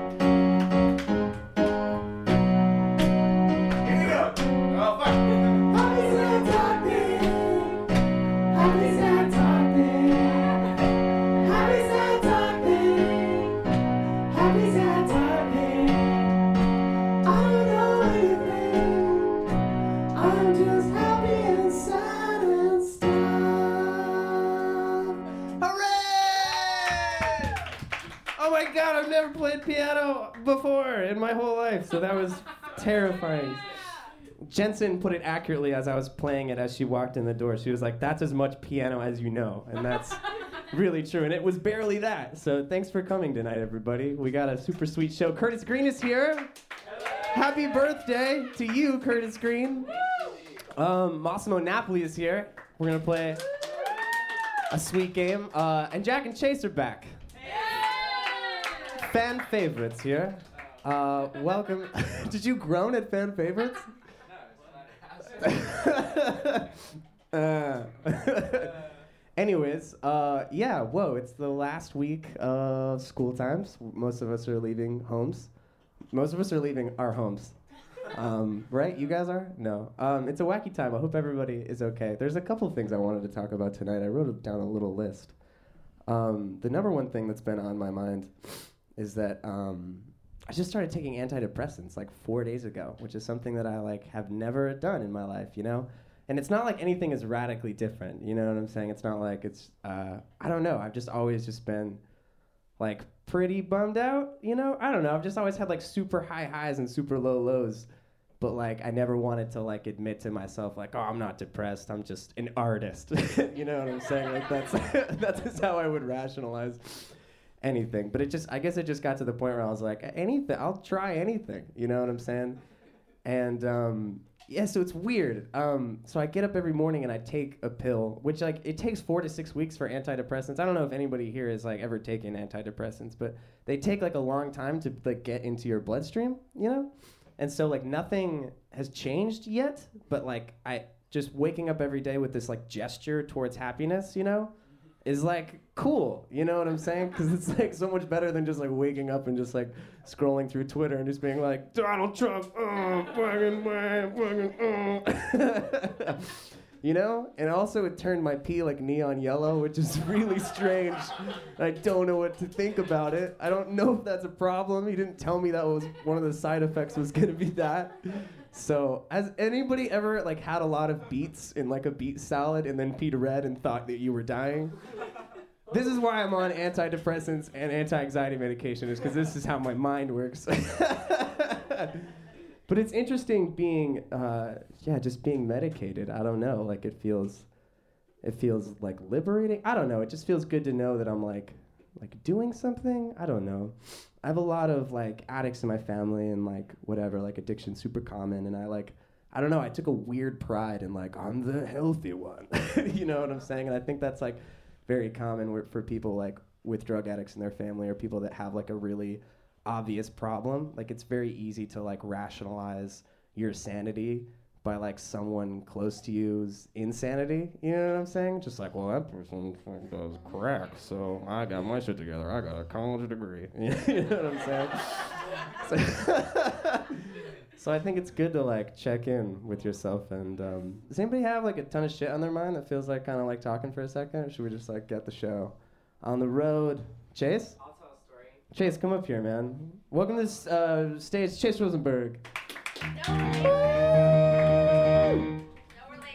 Oh, Oh never played piano before in my whole life, so that was terrifying. Jensen put it accurately as I was playing it as she walked in the door. She was like, That's as much piano as you know. And that's really true. And it was barely that. So thanks for coming tonight, everybody. We got a super sweet show. Curtis Green is here. Happy birthday to you, Curtis Green. Um, Massimo Napoli is here. We're going to play a sweet game. Uh, and Jack and Chase are back. Fan favorites here. Uh, welcome. Did you groan at fan favorites? uh, anyways, uh, yeah, whoa, it's the last week of school times. Most of us are leaving homes. Most of us are leaving our homes. Um, right? You guys are? No. Um, it's a wacky time. I hope everybody is okay. There's a couple things I wanted to talk about tonight. I wrote down a little list. Um, the number one thing that's been on my mind is that um, I just started taking antidepressants like four days ago, which is something that I like have never done in my life, you know. And it's not like anything is radically different, you know what I'm saying? It's not like it's uh, I don't know. I've just always just been like pretty bummed out, you know. I don't know. I've just always had like super high highs and super low lows, but like I never wanted to like admit to myself like, oh, I'm not depressed. I'm just an artist, you know what I'm saying? Like that's that's just how I would rationalize anything. But it just, I guess it just got to the point where I was like, anything, I'll try anything. You know what I'm saying? And um, yeah, so it's weird. Um, so I get up every morning and I take a pill, which like it takes four to six weeks for antidepressants. I don't know if anybody here is like ever taken antidepressants, but they take like a long time to like get into your bloodstream. You know, and so like nothing has changed yet, but like I just waking up every day with this like gesture towards happiness. You know is like cool. You know what I'm saying? Because it's like so much better than just like waking up and just like scrolling through Twitter and just being like Donald Trump, oh, fucking, wah, fucking, oh. you know. And also, it turned my pee like neon yellow, which is really strange. I don't know what to think about it. I don't know if that's a problem. He didn't tell me that was one of the side effects was gonna be that. So, has anybody ever like had a lot of beets in like a beet salad and then peed red and thought that you were dying? This is why I'm on antidepressants and anti-anxiety medication is because this is how my mind works. but it's interesting being, uh, yeah, just being medicated. I don't know, like it feels, it feels like liberating. I don't know. It just feels good to know that I'm like, like doing something. I don't know. I have a lot of like addicts in my family and like whatever, like addiction super common. And I like, I don't know, I took a weird pride in like, I'm the healthy one. you know what I'm saying? And I think that's like very common where- for people like with drug addicts in their family or people that have like a really obvious problem. Like, it's very easy to like rationalize your sanity by like someone close to you's insanity. You know what I'm saying? Just like, well, that person fucking does crack, so I got my shit together. I got a college degree. you know what I'm saying? so, so I think it's good to like check in with yourself. And um, does anybody have like a ton of shit on their mind that feels like kind of like talking for a second? Or should we just like get the show on the road? Chase, I'll tell a story. Chase, come up here, man. Welcome to this uh, stage, Chase Rosenberg. No relation.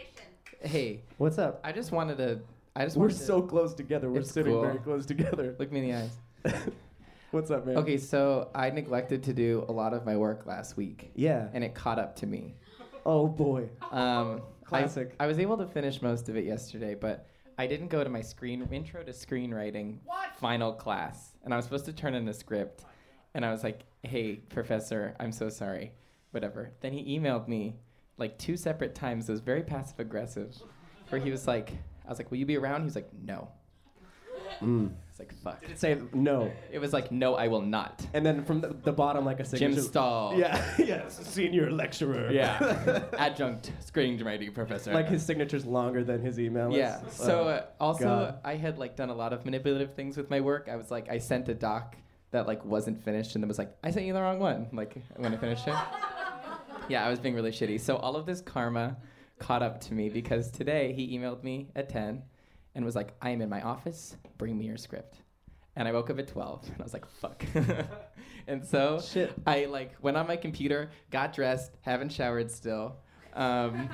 Hey, What's up? I just wanted to. I just We're wanted so to close together. We're It's sitting cool. very close together. look me in the eyes. What's up, man? Okay, so I neglected to do a lot of my work last week, Yeah. and it caught up to me. Oh boy. Um, I- Classic. I, was able to finish most of it yesterday, but I didn't go to my screen intro to screenwriting final class, and I was supposed to turn in a script, and I was like, "Hey, professor, I'm so sorry, whatever." Then he emailed me like two separate times. It was very passive aggressive, where he was like, "I was like, will you be around?" He was like, "No." It's like fuck. Did it say Mm. no? It was like, "No, I will not." And then from the, the bottom, like a Jim signature. Oh. Stahl. Yeah. yes. Senior lecturer. Yeah. Adjunct screenwriting professor. like his signature's longer than his email. is. Yeah. So uh, also, God. I had like done a lot of manipulative things with my work. I was like, I sent a doc that like wasn't finished, and then was like, I sent you the wrong one. Like when I finished it. yeah, I was being really shitty. So all of this karma caught up to me because today he emailed me at ten, and was like, I am in my office. Bring me your script. And I woke up at twelve, and I was like, fuck. and uh, so Oh. Shit. I like went on my computer, got dressed, haven't showered still. Um,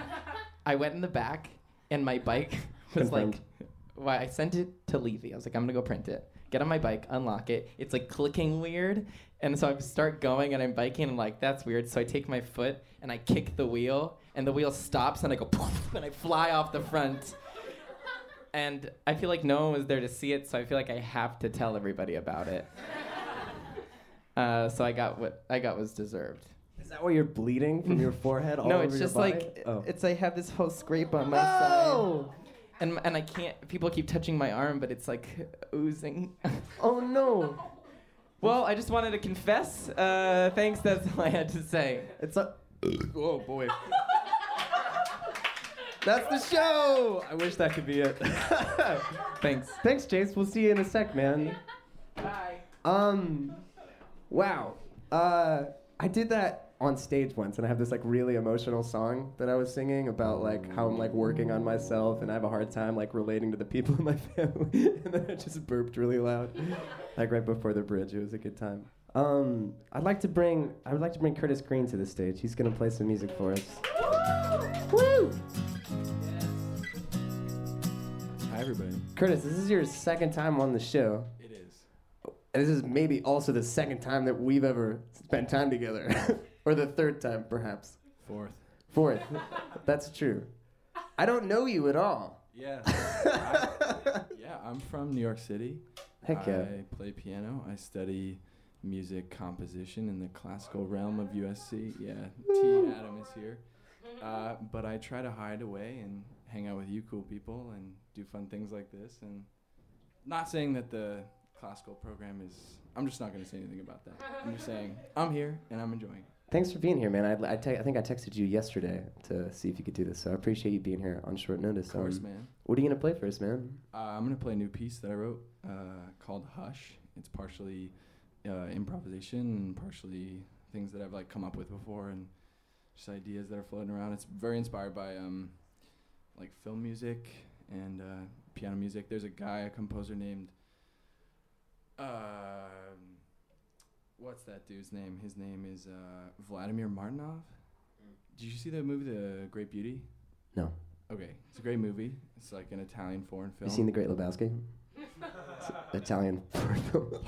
I went in the back, and my bike was Confirmed. like, "Why?" I sent it to Levy. I was like, "I'm gonna go print it." get on my bike, unlock it. It's like clicking weird. And so I start going and I'm biking and I'm like, that's weird. So I take my foot and I kick the wheel and the wheel stops and I go poof and I fly off the front. And I feel like no one was there to see it, so I feel like I have to tell everybody about it. Uh, so I got what I got was deserved. Is that why you're bleeding from your forehead all no, over it's your just body? like oh. it's I have this whole scrape on my side. oh! And, and I can't. People keep touching my arm, but it's like oozing. Oh no! well, I just wanted to confess. Uh, thanks. That's all I had to say. It's a. Oh boy. That's the show. I wish that could be it. Thanks. Thanks, Chase. We'll see you in a sec, man. Bye. Um, wow. Uh, I did that on stage once, and I have this like really emotional song that I was singing about like how I'm like working on myself, and I have a hard time like relating to the people in my family, and then I just burped really loud, like right before the bridge. It was a good time. Um, I'd like to bring I would like to bring Curtis Green to the stage. He's gonna play some music for us. Woo! Hi, everybody. Curtis, this is your second time on the show. It is. And this is maybe also the second time that we've ever spent time together, or the third time, perhaps. Fourth. Fourth, that's true. I don't know you at all. Yeah. I- yeah, I'm from New York City. Heck yeah. I play piano. I study music composition in the classical realm of USC. Yeah, T. Adam is here. Uh, but I try to hide away and hang out with you cool people and do fun things like this. And not saying that the classical program is. I'm just not going to say anything about that. I'm just saying I'm here and I'm enjoying it. Thanks for being here, man. I, I, te- I think I texted you yesterday to see if you could do this, so I appreciate you being here on short notice. Of course, Um, man. What are you going to play first, man? Uh, I'm gonna play a new piece that I wrote uh, called Hush. It's partially uh, improvisation and partially things that I've like come up with before and just ideas that are floating around. It's very inspired by um, like film music and uh, piano music. There's a guy, a composer named um what's that dude's name? His name is uh, Vladimir Martinov. Did you see the movie The Great Beauty? No. Okay, it's a great movie. It's like an Italian foreign film. You seen The Great Lebowski? Italian foreign film.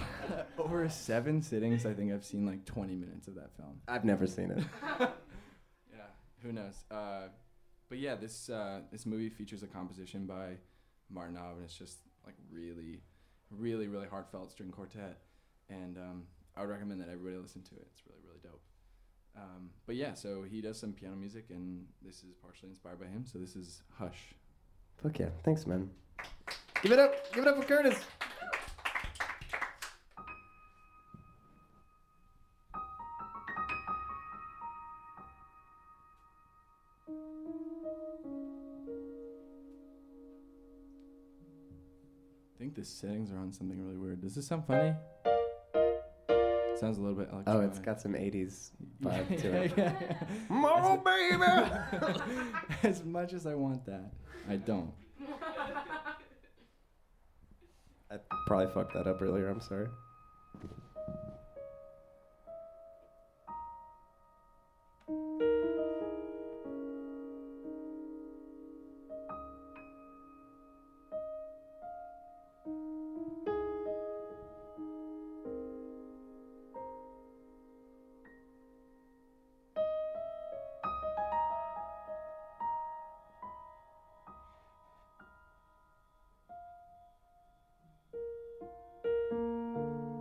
Over seven sittings, I think I've seen like 20 minutes of that film. I've never seen it. Yeah, who knows? Uh, but yeah, this uh, this movie features a composition by Martinov, and it's just like really, really, really heartfelt string quartet. And um, I would recommend that everybody listen to it. It's really, really dope. Um, but yeah, so he does some piano music, and this is partially inspired by him. So this is Hush. Fuck yeah. Thanks, man. Give it up. Give it up for Curtis. I think the settings are on something really weird. Does this sound funny? Sounds a little bit. Oh, it's electronic. got some 80s Yeah, vibe to yeah, it. yeah, yeah. Oh, baby! as much as I want that, I don't. I probably fucked that up earlier. I'm sorry. Thank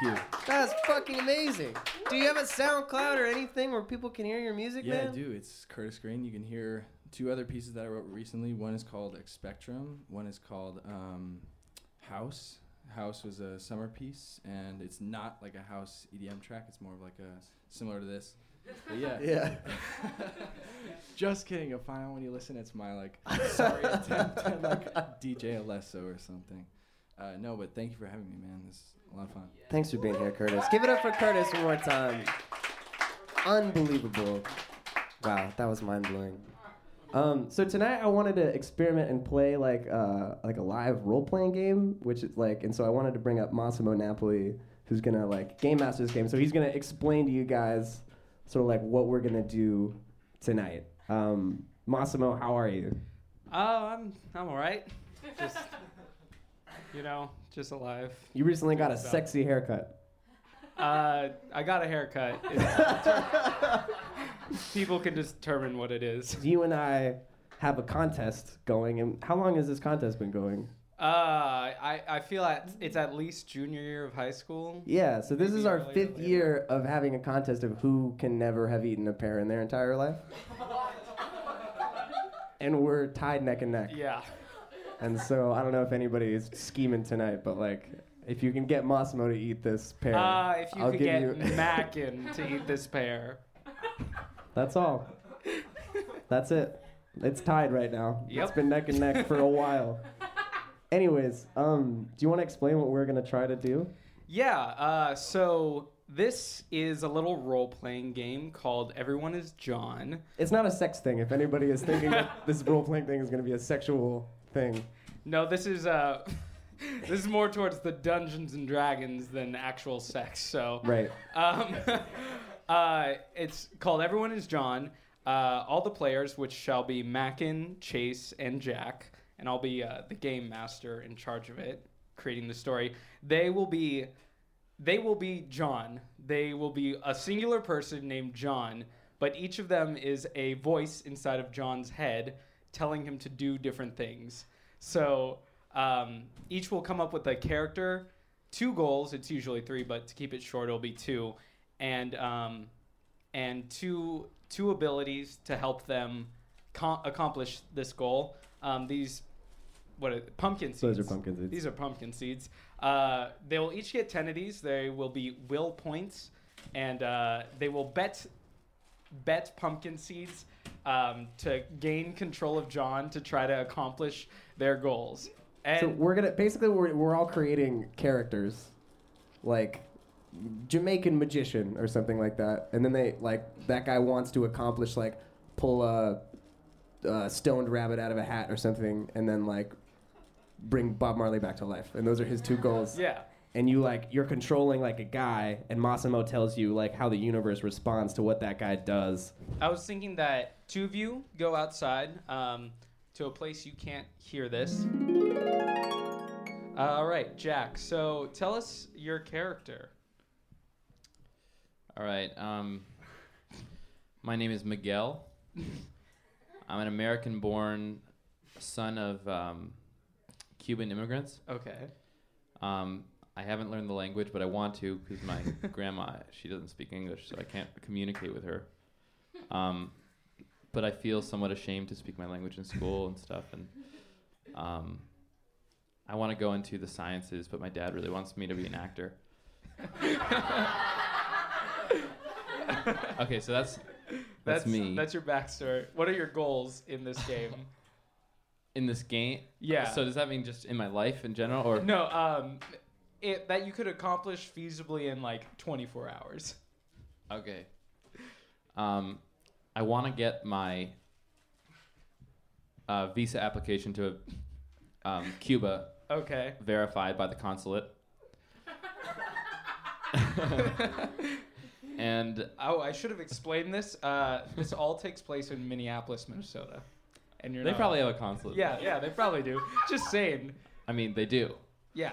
you. That's fucking amazing. Do you have a SoundCloud or anything where people can hear your music, Yeah, man? I do. It's Curtis Green. You can hear two other pieces that I wrote recently. One is called Expectrum. One is called um, House. House was a summer piece, and it's not like a house EDM track. It's more of like a similar to this. But yeah. Yeah. Just kidding. A final when you listen, it's my like sorry attempt at like DJ Alesso or something. Uh, no, but thank you for having me, man. This is a lot of fun. Thanks for being here, Curtis. Give it up for Curtis one more time. Unbelievable. Wow, that was mind blowing. Um, so tonight I wanted to experiment and play like uh, like a live role playing game, which is like, and so I wanted to bring up Massimo Napoli, who's gonna like game master this game. So he's gonna explain to you guys sort of like what we're gonna do tonight. Um, Massimo, how are you? Oh, I'm I'm all right. Just you know, just alive. You recently got a What's up? sexy haircut. Uh, I got a haircut. It's- People can just determine what it is. You and I have a contest going, and how long has this contest been going? Uh, I I feel at, it's at least junior year of high school. Yeah, so this Maybe is our earlier, fifth later. year of having a contest of who can never have eaten a pear in their entire life. and we're tied neck and neck. Yeah. And so I don't know if anybody is scheming tonight, but like if you can get Massimo to eat this pear, Uh, if you I'll could give get you- Mackin to eat this pear. that's all. That's it. It's tied right now. It's Yep. been neck and neck for a while. Anyways, um, do you want to explain what we're gonna try to do? Yeah, uh, so this is a little role playing game called Everyone is John. It's not a sex thing. If anybody is thinking that this role playing thing is gonna be a sexual thing, No, this is uh this is more towards the Dungeons and Dragons than actual sex. So right? um, uh, it's called Everyone is John. Uh, all the players, which shall be Mackin, Chase, and Jack, and I'll be uh, the game master in charge of it, creating the story. They will be, they will be John. They will be a singular person named John, but each of them is a voice inside of John's head, telling him to do different things. So um, each will come up with a character two goals. It's usually three, but to keep it short, it'll be two, and um, and two two abilities to help them com- accomplish this goal. Um, these what are, pumpkin seeds. Those are pumpkin seeds. These are pumpkin seeds. Uh, they will each get ten of these. They will be will points, and uh, they will bet bet pumpkin seeds um, to gain control of John to try to accomplish their goals. And so we're gonna basically we're, we're all creating characters, like Jamaican magician or something like that, and then they like that guy wants to accomplish like pull a, a stoned rabbit out of a hat or something, and then like bring Bob Marley back to life, and those are his two goals. yeah. And you like you're controlling like a guy, and Massimo tells you like how the universe responds to what that guy does. I was thinking that two of you go outside um, to a place you can't hear this. Uh, All right, Jack. So tell us your character. All right. Um, my name is Miguel. I'm an American born son of um, Cuban immigrants. Okay. Um, I haven't learned the language, but I want to because my grandma, she doesn't speak English, so I can't communicate with her. Um, but I feel somewhat ashamed to speak my language in school and stuff. And um, I want to go into the sciences, but my dad really wants me to be an actor. okay, so that's that's, me That's your backstory. What are your goals in this game? in this game. Yeah. So does that mean just in my life in general, or no. Um, it, that you could accomplish feasibly in like 24 hours. Okay. Um, I want to get my uh, visa application to um, Cuba Okay. verified by the consulate. and Oh, I should have explained this. Uh, this all takes place in Minneapolis, Minnesota, and you're they not- probably have a consulate. Yeah, yeah, they probably do. Just saying. I mean, they do. Yeah.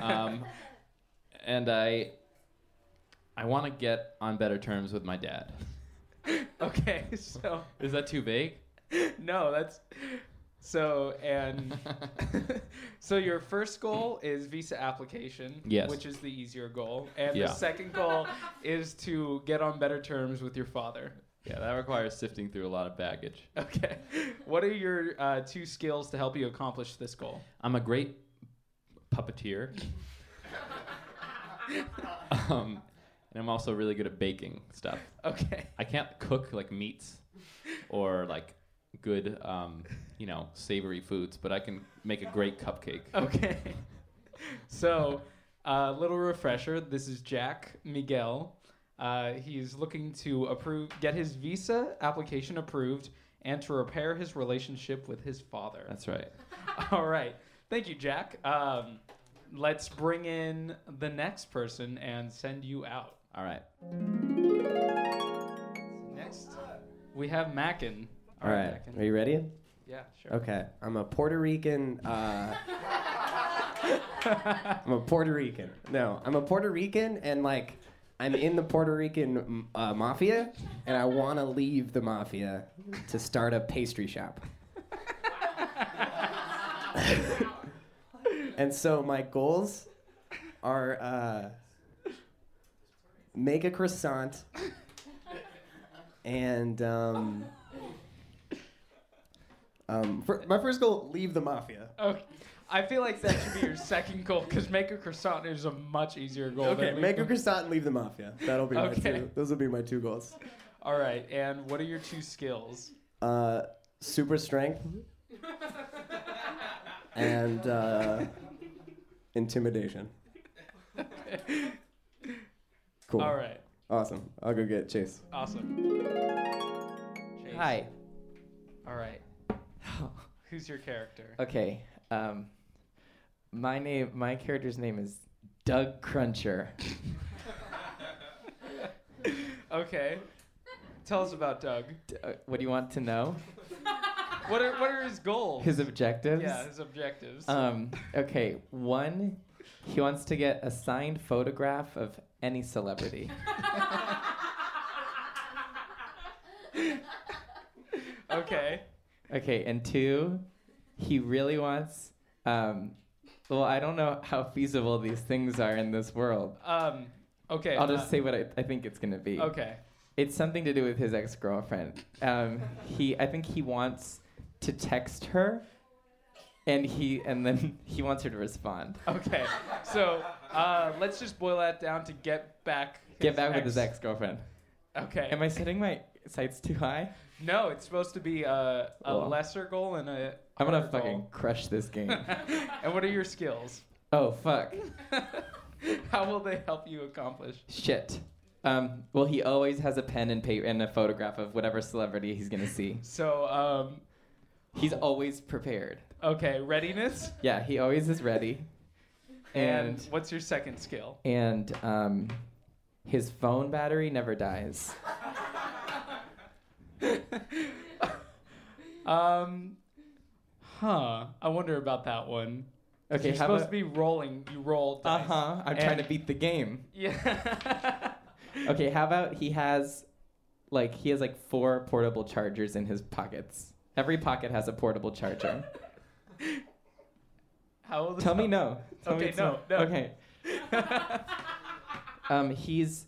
Um, and I, I want to get on better terms with my dad. okay, so Is that too vague? no, that's So and so your first goal is visa application, Yes. which is the easier goal, and Yeah. the second goal is to get on better terms with your father. yeah, that requires sifting through a lot of baggage. Okay, what are your uh, two skills to help you accomplish this goal? I'm a great puppeteer. um, and I'm also really good at baking stuff. Okay, I can't cook like meats or like good, um, you know, savory foods, but I can make a great cupcake. okay. So, uh, little refresher. This is Jack Miguel. Uh, he's looking to approve, get his visa application approved, and to repair his relationship with his father. That's right. All right. Thank you, Jack. Um, let's bring in the next person and send you out. All right. Next, we have Mackin. All right. Mackin. Are you ready? Yeah, sure. Okay. I'm a Puerto Rican. Uh, I'm a Puerto Rican. No, I'm a Puerto Rican, and like, I'm in the Puerto Rican m- uh, mafia, and I want to leave the mafia to start a pastry shop. and so my goals are uh, make a croissant and. Um, um, fir- my first goal: leave the mafia. Okay. I feel like that should be your second goal because make a croissant is a much easier goal. Okay, than make a leave them. croissant and leave the mafia. That'll be Okay. my two. Those will be my two goals. All right, and what are your two skills? Uh, super strength Mm-hmm. and uh, intimidation. Cool. All right, Awesome. I'll go get Chase. awesome. Chase. Hi. All right. Who's your character? Okay. Um, my name, my character's name is Doug Cruncher. Okay. Tell us about Doug. D- uh, what do you want to know? What are what are his goals? His objectives. yeah, his objectives. Um, okay. One, he wants to get a signed photograph of any celebrity. okay. Okay, and two, he really wants. Um, well, I don't know how feasible these things are in this world. Um. Okay. I'll just uh, say what I, I think it's gonna be. Okay. It's something to do with his ex girlfriend. Um, he, I think he wants to text her, and he, and then he wants her to respond. Okay. So uh, let's just boil that down to get back. Get back with his ex girlfriend. Okay. Am I setting my sights too high? No, it's supposed to be a, a Well. lesser goal and a. I'm gonna harder fucking goal. crush this game. and what are your skills? oh fuck. How will they help you accomplish? Shit. Um, well, he always has a pen and paper and a photograph of whatever celebrity he's gonna see. So, um, He's always prepared. okay, readiness. Yeah, he always is ready. And, And what's your second skill? and um, his phone battery never dies. um, huh. I wonder about that one. Okay, you're how supposed about- to be rolling. You roll Uh dice. huh. I'm trying And- to beat the game. Yeah. Okay, how about he has, like, he has like four portable chargers in his pockets. Every pocket has a portable charger. How will this Tell me help? no. Tell me Okay, it's no, not- no. Okay. Um, he's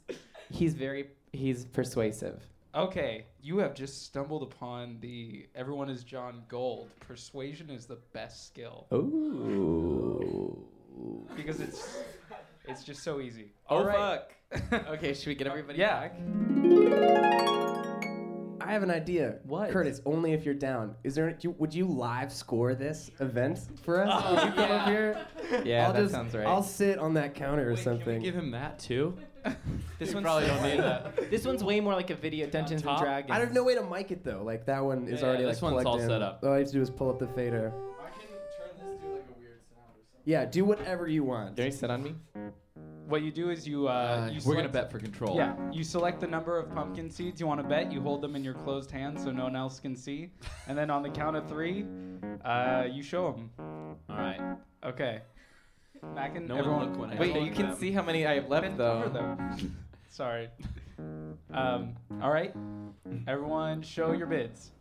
he's very he's persuasive. Okay, you have just stumbled upon the everyone is John Gold. Persuasion is the best skill Ooh. because it's it's just so easy. Oh All right. fuck. okay, should we get everybody Yeah. back? I have an idea. What? Curtis? Only if you're down. Is there? Do you, would you live score this event for us? Oh, Would you come yeah. up here? Yeah, I'll that just, sounds right. I'll sit on that counter or Wait, something. Can we give him that too? This You one's probably don't need that. This one's way more like a video Dungeons and top? Dragons. I don't have no way to mic it though. Like that one is Yeah, already yeah, like this one's plugged all in. set up. All I have to do is pull up the fader. I can turn this to like a weird sound or something. Yeah, do whatever you want. Can you sit on me? What you do is you uh, Uh, you we're select, gonna bet for control. Yeah, you select the number of pumpkin seeds you want to bet. You hold them in your closed hand so no one else can see, and then on the count of three, uh, you show them. All right. Okay. Mac and No one everyone. look when I Wait, hold you can them. see how many I have left Bend over though. them. Sorry. Um, all right, everyone, show your bids.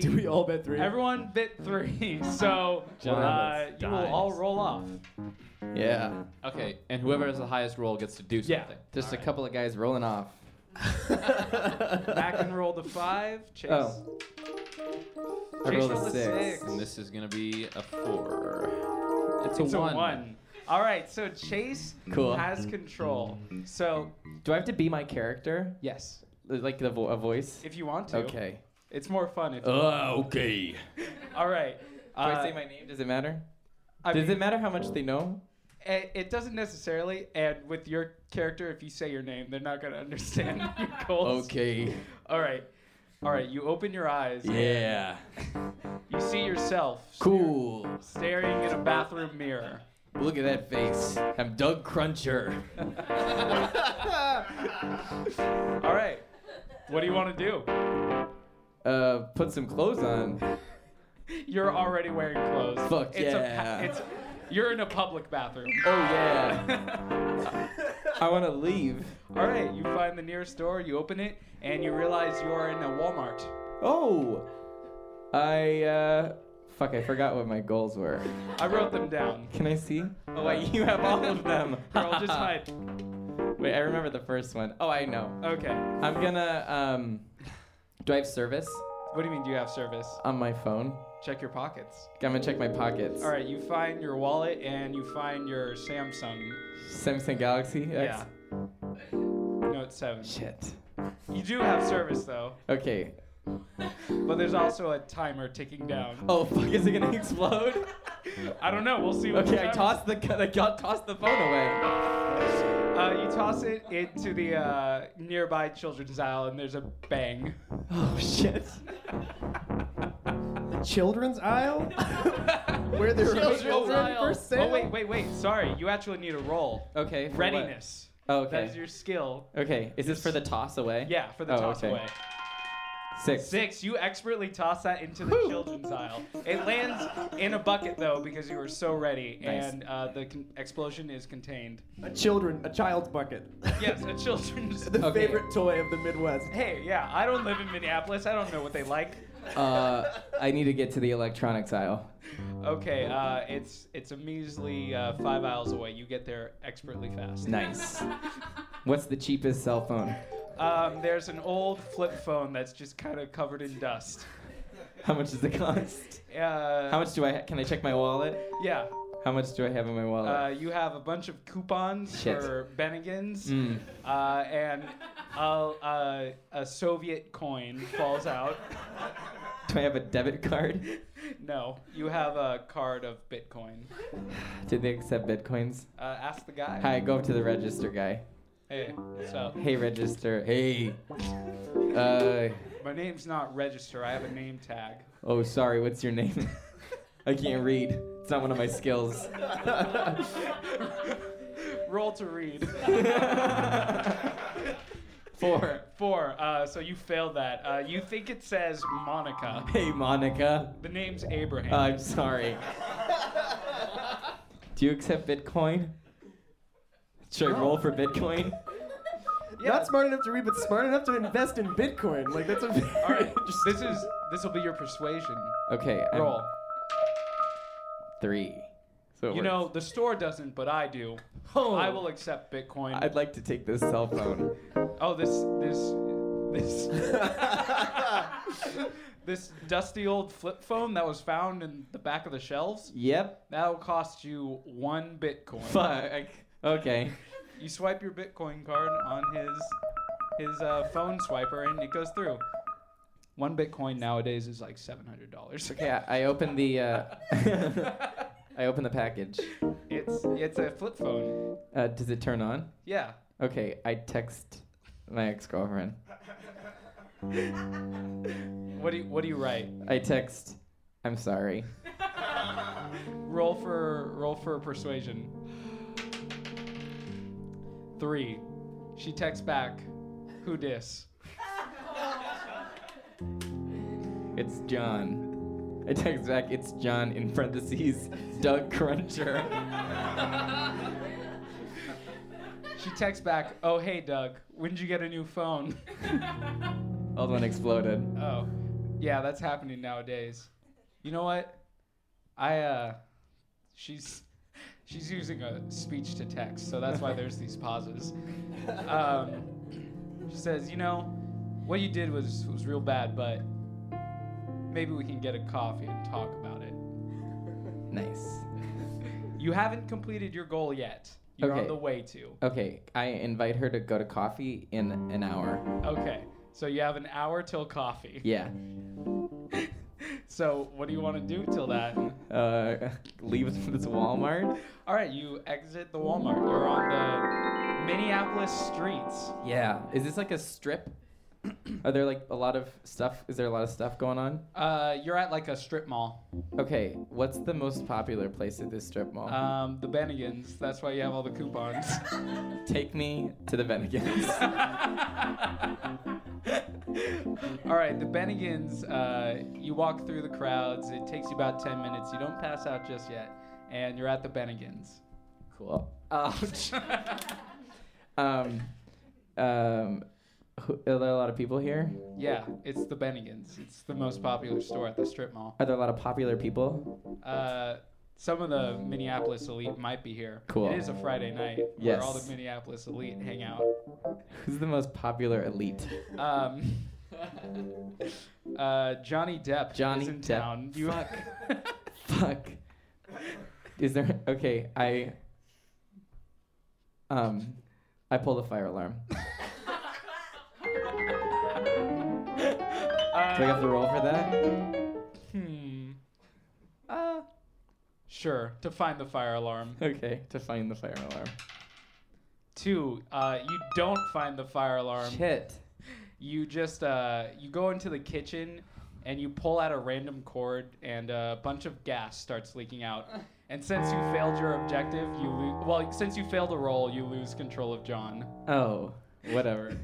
Do we all bet three? Everyone bit three. So John uh, bets you will all dimes. roll off. Yeah. Okay, and whoever has the highest roll gets to do Uh-huh. Yeah. something. Just a couple of guys rolling off. Back and roll the five. Chase. Oh. I Chase rolled a rolled a six. six. And this is gonna be a four. It's a It's one. a one. All right. So Chase Cool. has control. So Do I have to be my character? yes, Like the vo- a voice? if you want to. Okay. Uh. It's more fun if. Ah, okay. All right. Do uh, I say my name? Does it matter? I Does mean, it matter how much they know? It, it doesn't necessarily. And with your character, if you say your name, they're not gonna understand your goals. Okay. All right. All right. You open your eyes. Yeah. You see yourself. Cool. Staring in a bathroom mirror. Look at that face. I'm Doug Cruncher. All right. What do you want to do? Uh, put some clothes on. Oh, You're already wearing clothes. Fuck it's yeah. A, pa- it's, you're in a public bathroom. Oh yeah. I want to leave. All right. You find the nearest door. You open it, and you realize you are in a Walmart. Oh. I uh, fuck. I forgot what my goals were. I wrote them down. Can I see? Oh wait, you have all of them. Here, I'll just hide. Wait, I remember the first one. Oh, I know. Okay. I'm gonna um. Do I have service What do you mean? Do you have service? on my phone? Check your pockets. I'm gonna check my pockets. All right. You find your wallet and you find your Samsung Samsung Galaxy X. Yeah. Note Seven. Shit. You do have service though, Okay. but there's also a timer ticking down. Oh fuck! Is it gonna explode? I don't know. We'll see. What Okay, the I time- tossed the I got tossed the phone away. Uh, you toss it into the uh, nearby children's aisle, and there's a bang. Oh shit! Children's aisle? Where there are Children's children aisle. for Oh, sale? Oh wait, wait, wait. Sorry, you actually need a roll. Okay. for what? Readiness. Oh, That is okay. your skill. Okay. Is this for the toss away? Yeah, for the Oh, toss okay. away. Six. Six. You expertly toss that into the children's aisle. It lands in a bucket though because you were so ready, Nice. and uh, the con- explosion is contained. A children, a child's bucket. Yes, a children's. the Okay. favorite toy of the Midwest. hey, yeah. I don't live in Minneapolis. I don't know what they like. Uh, I need to get to the electronics aisle. Okay, uh, it's it's a measly uh, five aisles away. You get there expertly fast. Nice. What's the cheapest cell phone? Um, there's an old flip phone that's just kind of covered in dust. How much does it cost? Uh, How much do I? Ha- can I check my wallet? Yeah. How much do I have in my wallet? Uh, you have a bunch of coupons Oh. Shit. for Bennigan's, Mm. uh, and a, uh, a Soviet coin falls out. Do I have a debit card? No, you have a card of Bitcoin. Did they accept bitcoins? Uh, ask the guy. Hi, go up to the register guy. Hey, so Hey, register. Hey. Uh, my name's not register. I have a name tag. oh, sorry. What's your name? I can't read. It's not one of my skills. Roll to read. Four. Four. Uh, so you failed that. Uh, you think it says Monica. Hey, Monica. The name's Abraham. Oh, I'm sorry. Do you accept Bitcoin? Should I roll for Bitcoin? Not smart enough to read, but smart enough to invest in Bitcoin. Like that's a very All right. interesting- This is this will be your persuasion Okay, I'm roll. three. So it You works. know the store doesn't, but I do. Oh. I will accept Bitcoin. I'd like to take this cell phone. oh, this this this this dusty old flip phone that was found in the back of the shelves. yep. That'll cost you one Bitcoin. Fuck. Okay. You swipe your Bitcoin card on his his uh, phone swiper, and it goes through. One Bitcoin nowadays is like seven hundred dollars. Okay. I, I open the. Uh, I open the package. It's it's a flip phone. Uh, does it turn on? Yeah. Okay. I text my ex-girlfriend. What do you, what do you write? I text. I'm sorry. Roll for roll for persuasion. Three. She texts back, "Who dis?" It's John. I text back. It's John in parentheses. Doug Cruncher. She texts back, "Oh hey Doug, when'd you get a new phone?" Old one exploded. Oh. Yeah, that's happening nowadays. You know what? I uh she's she's using a speech to text, so that's why there's these pauses. Um, she says, "You know, what you did was was real bad, but maybe we can get a coffee and talk about it. Nice. You haven't completed your goal yet. You're on Okay. the way to." Okay, I invite her to go to coffee in an hour. Okay. So you have an hour till coffee. Yeah. So what do you want to do till that? Uh, leave this Walmart. All right, you exit the Walmart. You're on the Minneapolis streets. Yeah. Is this like a strip? Are there like a lot of stuff? Is there a lot of stuff going on? Uh, you're at like a strip mall. Okay, what's the most popular place at this strip mall? Um, the Bennigan's. That's why you have all the coupons. Take me to the Bennigan's. all right, the Bennigan's. Uh, you walk through the crowds. It takes you about 10 minutes. You don't pass out just yet, and you're at the Bennigan's. cool. Ouch. um, um, who- are there a lot of people here? yeah, it's the Bennigan's. It's the most popular store at the strip mall. Are there a lot of popular people? Uh, some of the Minneapolis elite might be here. Cool. It is a Friday night where all Yes. the Minneapolis elite hang out. Who's the most popular elite? Um, uh, Johnny Depp Johnny is in Depp. town. You, Fuck. Is there? Okay, I. Um, I pulled a fire alarm. Do I uh, have to roll for that? hmm. Uh, sure. To find the fire alarm. Okay, to find the fire alarm. Two. Uh, you don't find the fire alarm. Shit. You just uh, you go into the kitchen and you pull out a random cord and a bunch of gas starts leaking out. And since you failed your objective, you lose. Well, since you failed a roll, you lose control of John. Oh, whatever.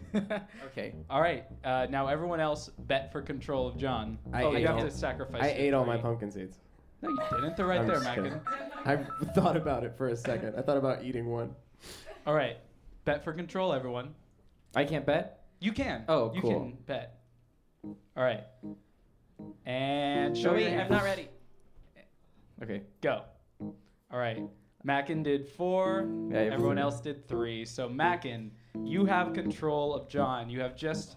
Okay. All right. Uh, now everyone else bet for control of John. I oh, ate you have all- to sacrifice. I your ate all my three. pumpkin seeds. No, you didn't. They're right I'm there, just kidding. Mackin. I thought about it for a second. I thought about eating one. All right. Bet for control, everyone. I can't bet. You can. Oh, you cool. can bet. All right. And show me. I'm not ready. Okay. Go. All right. Mackin did four. Yeah, it was- everyone else did three. So Mackin, you have control of John. You have just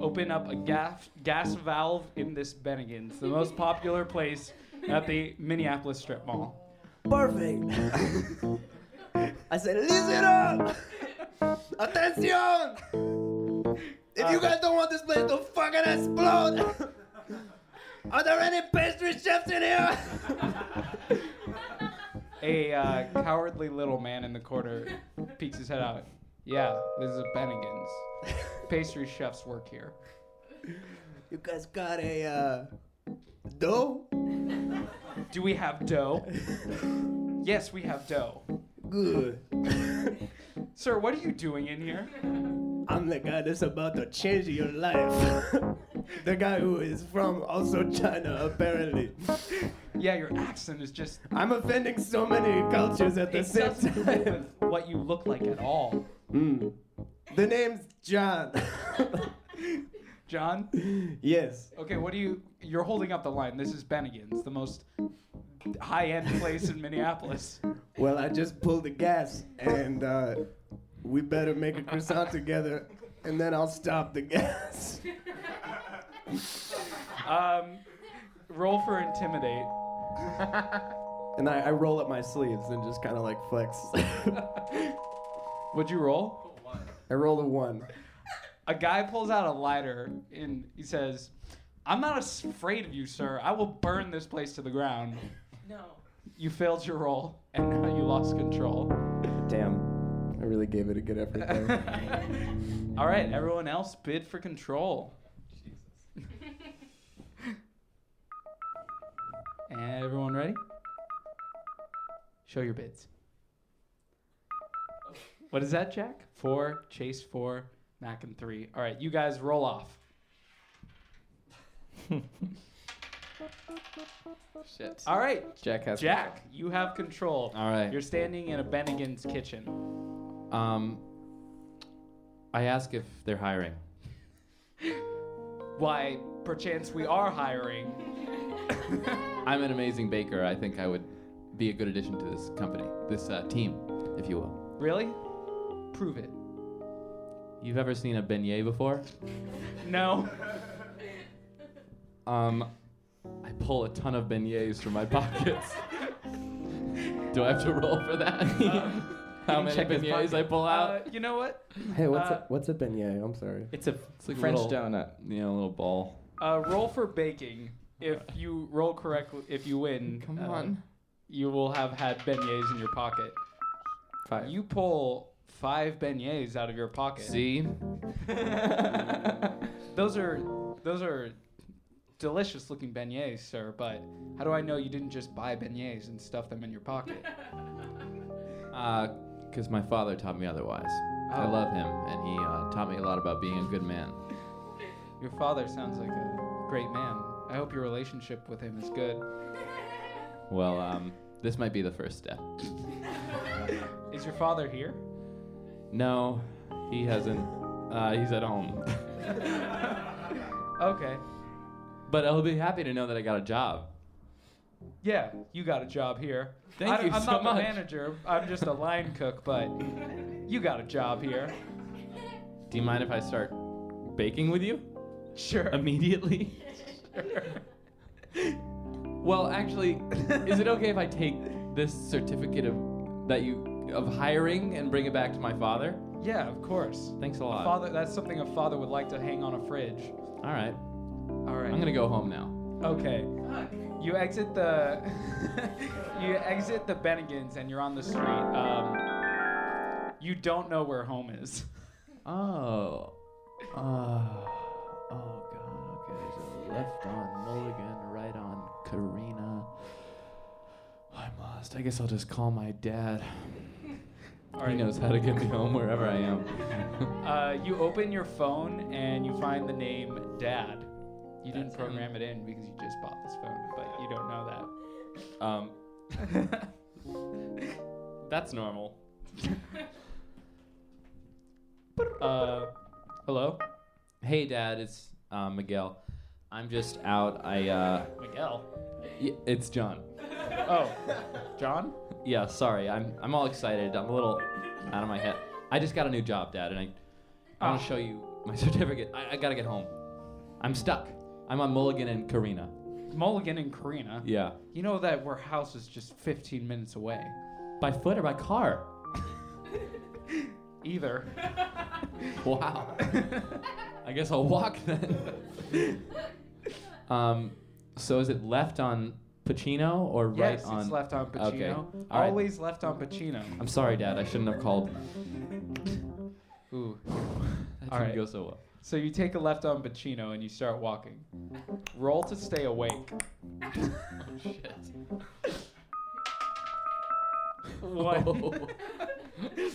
opened up a gas gas valve in this Bennigan's, the most popular place at the Minneapolis strip mall. Perfect. I said, listen up. Attention. If you guys don't want this place to fucking explode, are there any pastry chefs in here? A uh, cowardly little man in the corner peeks his head out. Yeah, this is a Bennigan's. Pastry chefs work here. You guys got a uh, dough? Do we have dough? yes, we have dough. Good. Sir, what are you doing in here? I'm the guy that's about to change your life. the guy who is from also China, apparently. Yeah, your accent is just I'm offending so many cultures at the it same doesn't go time. with what you look like at all. Mm. The name's John. John? yes. Okay, what do you you're holding up the line. This is Bennigan's, the most high end place in Minneapolis. Well, I just pulled the gas, and uh, we better make a croissant together, and then I'll stop the gas. Um roll for intimidate. And I, I roll up my sleeves and just kind of like flex. Would you roll? I rolled a one. A guy pulls out a lighter and he says, I'm not afraid of you, sir. I will burn this place to the ground. No. You failed your roll, and now you lost control. Damn. I really gave it a good effort there. All right, everyone else bid for control. everyone ready? Show your bids. What is that, Jack? Four, Chase four, Mac and three. All right, you guys roll off. Shit. All right, Jack has. Jack, you have control. All right. You're standing in a Bennigan's kitchen. Um, I ask if they're hiring. why perchance we are hiring. I'm an amazing baker. I think I would be a good addition to this company, this uh, team, if you will. Really? Prove it. You've ever seen a beignet before? No. Um, I pull a ton of beignets from my pockets. Do I have to roll for that? How can many check his beignets I pocket. pull Uh, out? you know what? Hey, what's Uh, a, what's a beignet? I'm sorry. It's a It's like a French little- donut. You know, a little ball. Uh, roll for baking. If you roll correctly, if you win, Come uh, on. you will have had beignets in your pocket. Five. You pull five beignets out of your pocket. See? Those are those are delicious looking beignets, sir, but how do I know you didn't just buy beignets and stuff them in your pocket? Because Uh, my father taught me otherwise. I Oh. love him, and he uh, taught me a lot about being a good man. Your father sounds like a great man. I hope your relationship with him is good. Well, um, this might be the first step. Is your father here? No, he hasn't. Uh, he's at home. Okay. But I'll be happy to know that I got a job. Yeah, you got a job here. Thank I don't- you I'm so not the much. manager. I'm just a line cook, but you got a job here. Do you mind if I start baking with you Sure. immediately? Well, actually, is it okay if I take this certificate of that you of hiring and bring it back to my father? yeah, of course. Thanks A a lot. father that's something a father would like to hang on a fridge. All right, All right. I'm gonna go home now. Okay. You exit the you exit the Bennigan's and you're on the street. Um, you don't know where home is. Oh. Uh, oh, God. Okay. So left on Mulligan, right on Karina. I'm lost. I guess I'll just call my dad. All He right. knows how to get me home wherever I am. Uh, you open your phone and you find the name Dad. You didn't That's him. program it in because you just bought this phone, but you don't know that. Um, that's normal. Uh, hello, Hey, Dad, it's uh, Miguel. I'm just out. I uh, Miguel. y- it's John. Oh, John. Yeah, sorry. I'm I'm all excited. I'm a little out of my head. I just got a new job, Dad, and I I Ah. want to show you my certificate. I, I gotta get home. I'm stuck. I'm on Mulligan and Karina. Mulligan and Karina. Yeah. You know that our house is just 15 minutes away. By foot or by car? Either. Wow. I guess I'll walk then. um, so is it left on Pacino or right yes, on? it's left on Pacino. okay. All right. Always left on Pacino. I'm sorry, Dad. I shouldn't have called. Ooh. That All didn't right. go so well. So you take a left on Pacino and you start walking. Roll to stay awake. One.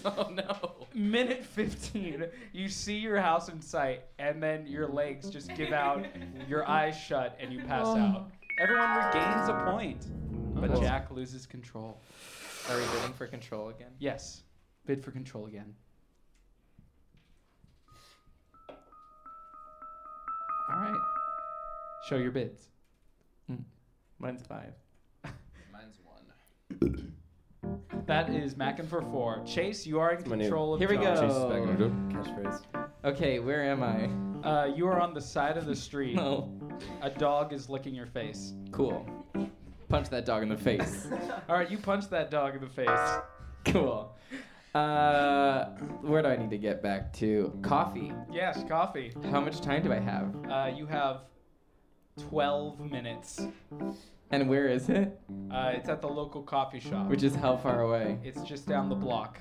oh no. Minute 15, you see your house in sight, and then your legs just give out, your eyes shut, and you pass out. Everyone regains a point, but Oh. Jack loses control. Are we bidding for control again? Yes, bid for control again. All right, show your bids. Mine's five. Mine's one. That is Mackin for four. Chase, you are in my new- control of Here we John. go. Catchphrase. Okay, where am I? Uh, you are on the side of the street. Oh, A dog is licking your face. cool. Punch that dog in the face. All right, you punch that dog in the face. cool. Uh, where do I need to get back to? Coffee. Yes, coffee. How much time do I have? Uh, you have 12 minutes. And where is it? Uh, it's at the local coffee shop. Which is how far away? it's just down the block.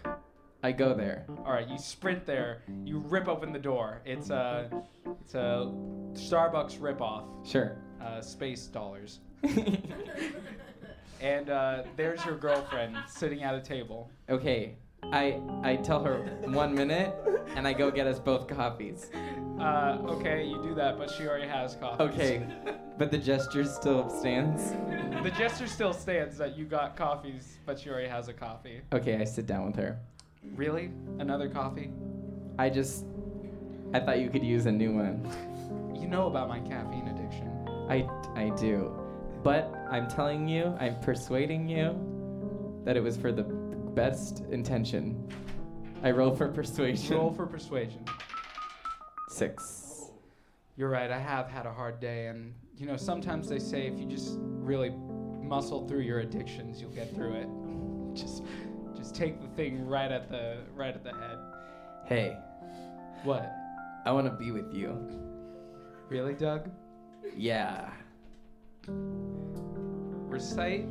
I go there. All right, you sprint there. You rip open the door. It's a, it's a Starbucks ripoff, Sure. uh, space dollars. And uh, there's your girlfriend sitting at a table. okay. I I tell her one minute, and I go get us both coffees. Uh, okay, you do that, but she already has coffee. Okay, but the gesture still stands. The gesture still stands that you got coffees, but she already has a coffee. Okay, I sit down with her. Really? Another coffee? I just I thought you could use a new one. You know about my caffeine addiction. I, I do. But I'm telling you, I'm persuading you that it was for the best intention. I roll for persuasion. Roll for persuasion. Six. You're right. I have had a hard day, and you know sometimes they say if you just really muscle through your addictions, you'll get through it. Just, just take the thing right at the right at the head. Hey, What? I want to be with you. Really, Doug? Yeah. Recite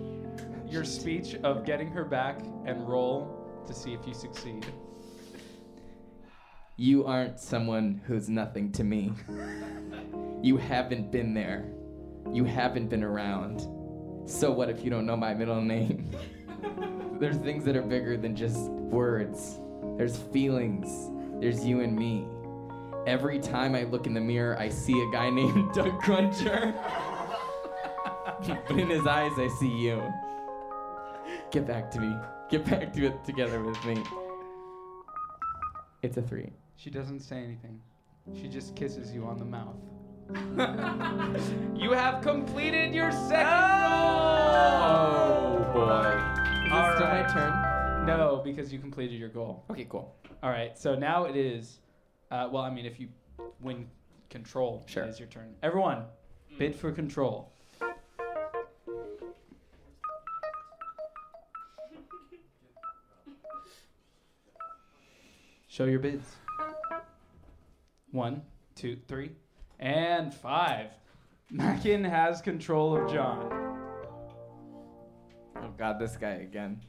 your speech of getting her back and roll to see if you succeed. You aren't someone who's nothing to me. you haven't been there. You haven't been around. So what if you don't know my middle name? There's things that are bigger than just words. There's feelings. There's you and me. Every time I look in the mirror, I see a guy named Doug Cruncher. but in his eyes, I see you. Get back to me. Get back to it together with me. It's a three. She doesn't say anything. She just kisses you on the mouth. you have completed your second Oh boy. Is All it still right. my turn? roll. No, because you completed your goal. Okay, cool. All right. So now it is. Uh, well, I mean, if you win control, Sure. it is your turn. Everyone, bid for control. Show your bids. One, two, three, and five. Mackin has control of John. Oh god, this guy again.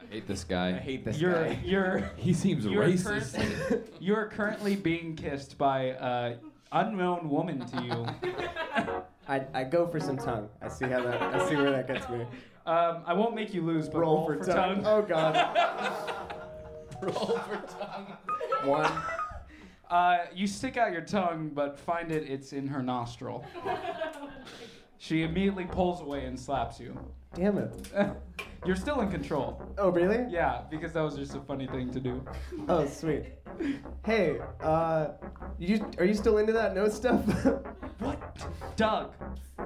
I hate this I guy. hate this you're guy. you're He seems You're racist. you're currently being kissed by an unknown woman to you. I, I go for some tongue. I see how that. I see where that gets me. Um, I won't make you lose, but roll, for, tongue. Oh God. Roll for tongue. One. Uh, you stick out your tongue, but find it, it's in her nostril. she immediately pulls away and slaps you. Damn it. You're still in control. Oh really? Yeah, because that was just a funny thing to do. Oh sweet. Hey, uh, you are you still into that nose stuff? What? Doug,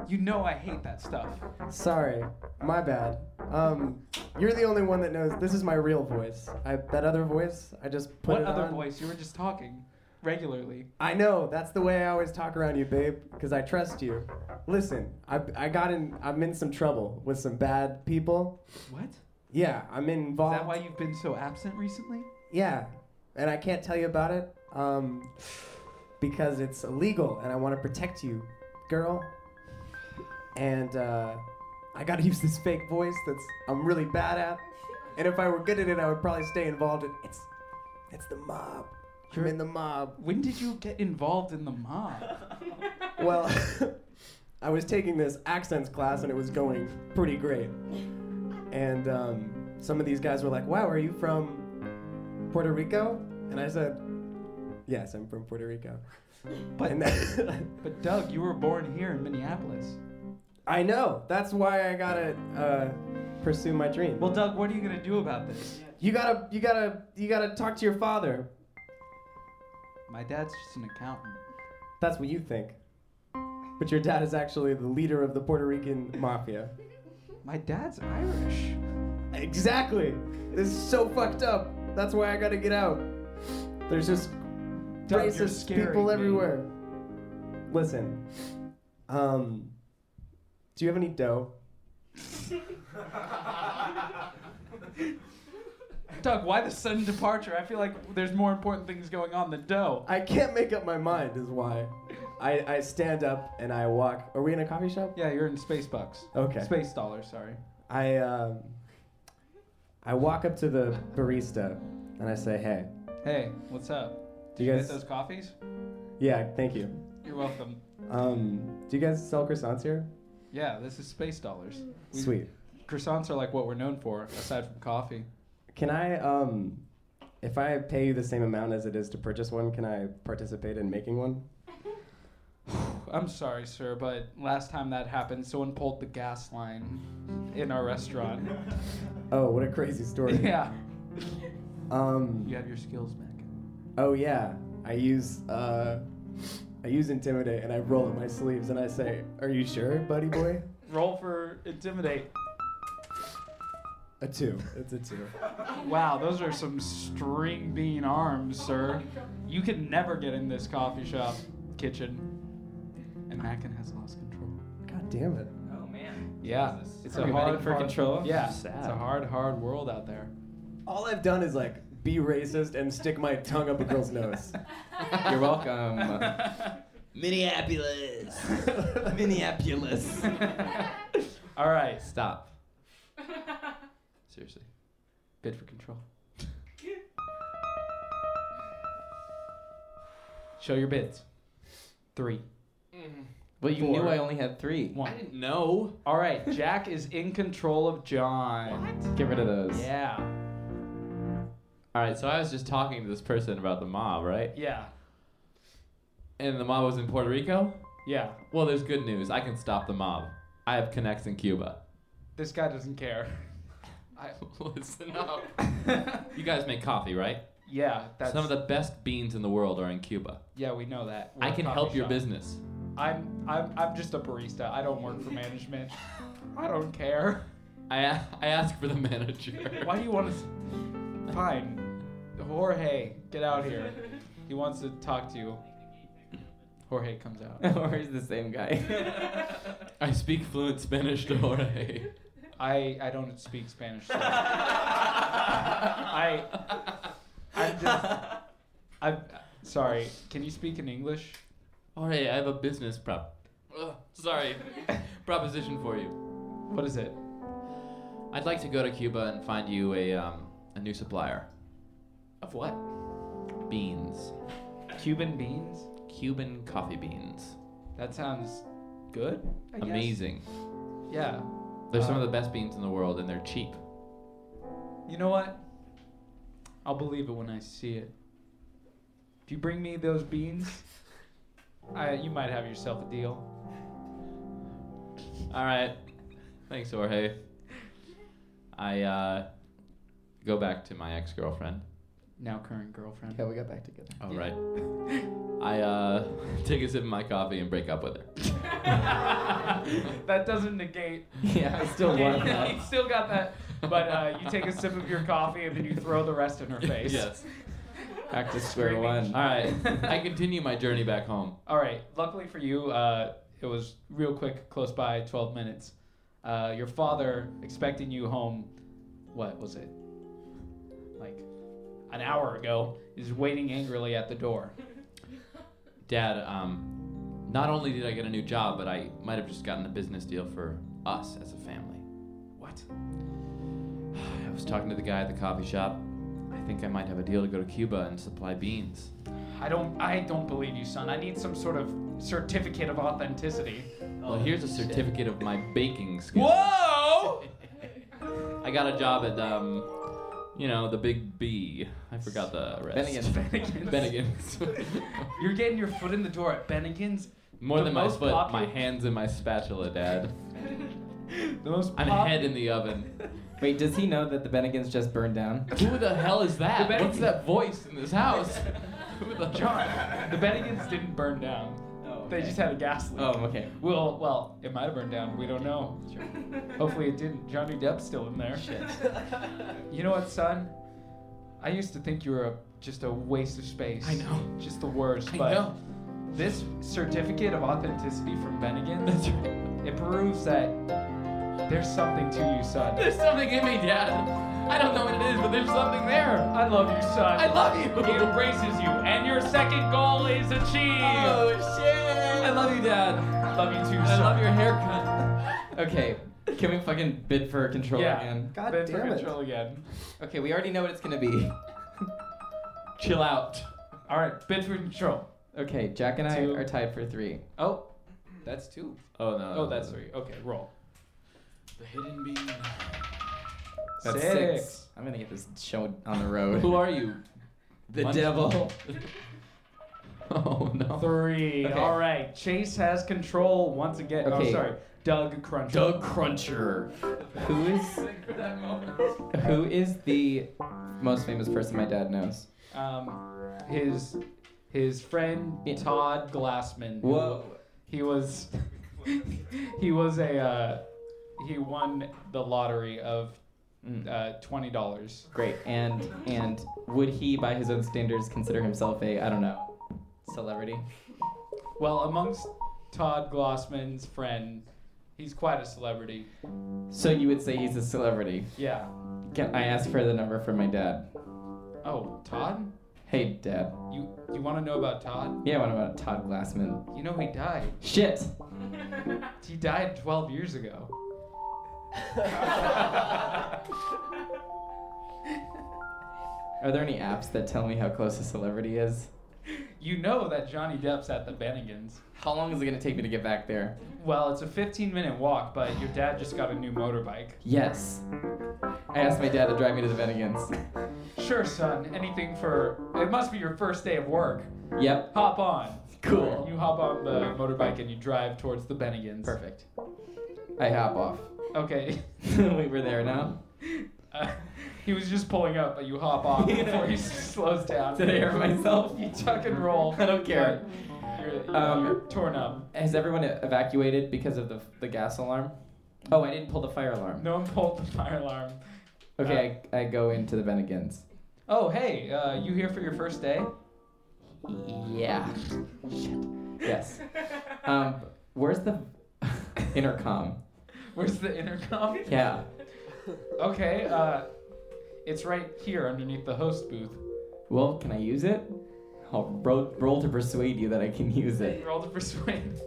you know I hate that stuff. Sorry, my bad. Um, you're the only one that knows. This is my real voice. I, that other voice, I just put what it other on. voice? You were just talking regularly. I know. That's the way I always talk around you, babe, because I trust you. Listen, I, I got in. I'm in some trouble with some bad people. What? Is Yeah, I'm involved. that why you've been so absent recently? Yeah, and I can't tell you about it um, because it's illegal, and I want to protect you, girl. And uh, I gotta use this fake voice that's I'm really bad at. And if I were good at it, I would probably stay involved. In, it's it's the mob. I'm in the mob. When did you get involved in the mob? Well, I was taking this accents class and it was going pretty great. And um, some of these guys were like, Wow, are you from Puerto Rico? And I said, Yes, I'm from Puerto Rico. But- and then- But Doug, you were born here in Minneapolis. I know. That's why I gotta uh, pursue my dream. Well, Doug, what are you gonna do about this? you gotta, you gotta, you gotta talk to your father. My dad's just an accountant. That's what you think. But your dad is actually the leader of the Puerto Rican mafia. My dad's Irish. Exactly. This is so fucked up. That's why I gotta get out. There's just Doug, you're racist scaring people me. everywhere. Listen, um, do you have any dough? Doug, why the sudden departure? I feel like there's more important things going on than dough. I can't make up my mind, is why. I, I stand up and I walk. Are we in a coffee shop? Yeah, you're in space bucks. Okay. Space dollars, sorry. I um, I walk up to the barista and I say, "Hey, Hey, what's up? do you Get guys? those coffees? Yeah, thank you. You're welcome. Um, do you guys sell croissants here? Yeah, this is space dollars. We- Sweet. Croissants are like what we're known for, aside from coffee. Can I, um, if I pay you the same amount as it is to purchase one, can I participate in making one? I'm sorry, sir, but last time that happened, someone pulled the gas line in our restaurant. Oh, what a crazy story. yeah. Um, You have your skills back. oh yeah. I use uh, I use intimidate, and I roll up my sleeves, and I say, "Are you sure, buddy boy?" Roll for intimidate. A two. It's a two. Wow, those are some string bean arms, sir. You can never get in this coffee shop kitchen. And Mackin has lost control. God damn it. Oh man. Yeah, it's a Are we betting hard for hard- control? Yeah, Sad. it's a hard, hard world out there. All I've done is like be racist and stick my tongue up a girl's nose. You're welcome. Minneapolis. Minneapolis. All right, Stop. Seriously. good for control. Show your bids. Three, well, you Four. knew I only had three. one. didn't know. All right, Jack is in control of John. Get rid of those. Yeah, All right, so I was just talking to this person about the mob, right? yeah, And the mob was in Puerto Rico. yeah. Well, there's good news. I can stop the mob. I have connects in Cuba. This guy doesn't care. I listen up. you guys make coffee, right? Yeah, that's Some of the best beans in the world are in Cuba. Yeah, we know that. I We're a can coffee help your shop. business. I'm I'm I'm just a barista. I don't work for management. I don't care. I a- I ask for the manager. Why do you want to? Fine, Jorge, get out here. He wants to talk to you. Jorge comes out. or is the same guy? I speak fluent Spanish to Jorge. I I don't speak Spanish. So I I'm just I'm sorry. Can you speak in English? Jorge, I have a business prop. Ugh, sorry, proposition for you. What is it? I'd like to go to Cuba and find you a um a new supplier. Of what? Beans, Cuban beans. Cuban coffee beans, That sounds good. I guess. amazing. Yeah. They're some of Uh, the best beans in the world, and they're cheap. You know what? I'll believe it when I see it. If you bring me those beans, I, you might have yourself a deal. All right. Thanks, Jorge. I uh, go back to my ex girlfriend. Now current girlfriend. yeah, we got back together. All right. I uh, take a sip of my coffee and break up with her. that doesn't negate. Yeah, I still Yeah, want yeah, that. you still got that. But uh, you take a sip of your coffee and then you throw the rest in her face. yes. Back to square one. All right. I continue my journey back home. All right. Luckily for you, uh, it was real quick, close by, 12 minutes. Uh, your father expecting you home, what was it? Like an hour ago, is waiting angrily at the door. Dad, um, not only did I get a new job, but I might have just gotten a business deal for us as a family. What? I was talking to the guy at the coffee shop. I think I might have a deal to go to Cuba and supply beans. I don't I don't believe you, son. I need some sort of certificate of authenticity. Well, here's a certificate of my baking skills. Whoa! I got a job at um, you know, the Big B. I forgot the rest. Bennigan. Bennigan's. Bennigan's. You're getting your foot in the door at Bennigan's. More The than my most foot, my popular- hands and my spatula, Dad. The most I'm pop- head in the oven. Wait, does he know that the Bennigan's just burned down? Who the hell is that? The Bennigan- What's that voice in this house? Who the John, the Bennigan's didn't burn down. Oh, They just had a gas leak. Oh, okay. Well, well, it might have burned down. We don't know. Hopefully it didn't. Johnny Depp's still in there. Shit. You know what, son? I used to think you were a, just a waste of space. I know. Just the worst. I but know. this certificate of authenticity from Bennigan's, That's right. it proves that there's something to you, son. There's something in me, Dad. I don't know what it is, but there's something there. I love you, son. I love He you. embraces you, and your second goal is achieved. Oh shit! I love you, Dad. love you too, I son. love your haircut. Okay, can we fucking bid for control Yeah. again? God Bid damn for it. control again. Okay, we already know what it's gonna be. Chill out. All right, bid for control. Okay, Jack and I Two. are tied for three. Oh, that's two. Oh no. Oh, that's three. Okay, roll. The hidden bean. That's 6 Six. six. I'm gonna get this show on the road. Who are you? the Munch- devil. Oh no. Three. Okay. All right. Chase has control once again. Oh, Okay. sorry. Doug Cruncher. Cruncher. Who is who is the most famous person my dad knows? Um, his his friend Yeah. Todd Glassman. who- Whoa. He was he was a uh, he won the lottery of Mm. uh, twenty dollars. Great. And and would he, by his own standards, consider himself a I don't know celebrity? Well, amongst Todd Glassman's friend, he's quite a celebrity. So you would say he's a celebrity. Yeah. Can I ask for the number from my dad? Oh, Todd? Hey, Dad. You you want to know about Todd? Yeah, what about Todd Glassman? You know he died. Shit. He died twelve years ago. Are there any apps that tell me how close a celebrity is? You know that Johnny Depp's at the Bennigans. How long is it gonna take me to get back there? Well, it's a 15 minute walk, but your dad just got a new motorbike. Yes. I asked my dad to drive me to the Bennigan's. Sure, son. Anything for. It must be your first day of work. Yep. Hop on. Cool. You hop on the motorbike and you drive towards the Bennigans. Perfect. I hop off. Okay. we were there now. Uh, he was just pulling up, but you hop off Yeah. before he s- slows down. Did I hurt myself? You tuck and roll. I don't care. but You're, you Um, are torn up. Has everyone evacuated because of the, the gas alarm? Oh, I didn't pull the fire alarm. No one pulled the fire alarm. Uh, Okay, I, I go into the Bennigan's. Oh, hey, uh, you here for your first day? Yeah. Yes. Um, where's the intercom? Where's the intercom? Yeah. Okay, uh, it's right here underneath the host booth. Well, can I use it? I'll roll, roll to persuade you that I can use it. Roll to persuade.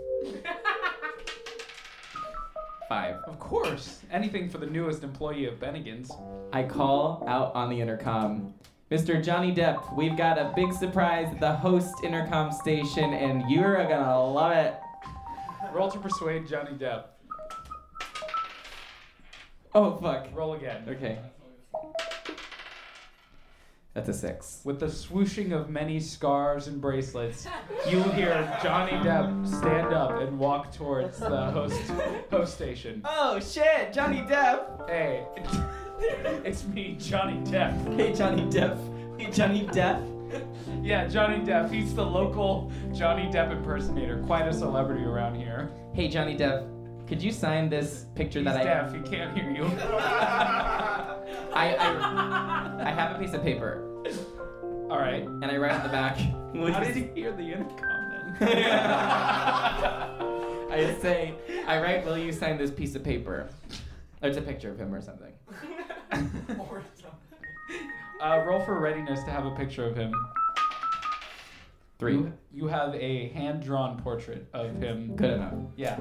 Five. Of course, anything for the newest employee of Bennigan's. I call out on the intercom. Mr. Johnny Depp, we've got a big surprise at the host intercom station, and you're gonna love it. Roll to persuade Johnny Depp. Oh, fuck. Roll again. Okay. That's a six. With the swooshing of many scarves and bracelets, you hear Johnny Depp stand up and walk towards the host host station. Oh, shit, Johnny Depp! Hey, it's me, Johnny Depp. Hey, Johnny Depp. Hey, Johnny Depp. Yeah, Johnny Depp. He's the local Johnny Depp impersonator. Quite a celebrity around here. Hey, Johnny Depp, could you sign this picture He's that I deaf. He can't hear you. I, I I have a piece of paper All right. and I write on the back. How did he hear the intercom then? I say I write, will you sign this piece of paper? Or it's a picture of him or something. Uh, roll for readiness to have a picture of him. Three. You, you have a hand-drawn portrait of him. Good enough. Yeah.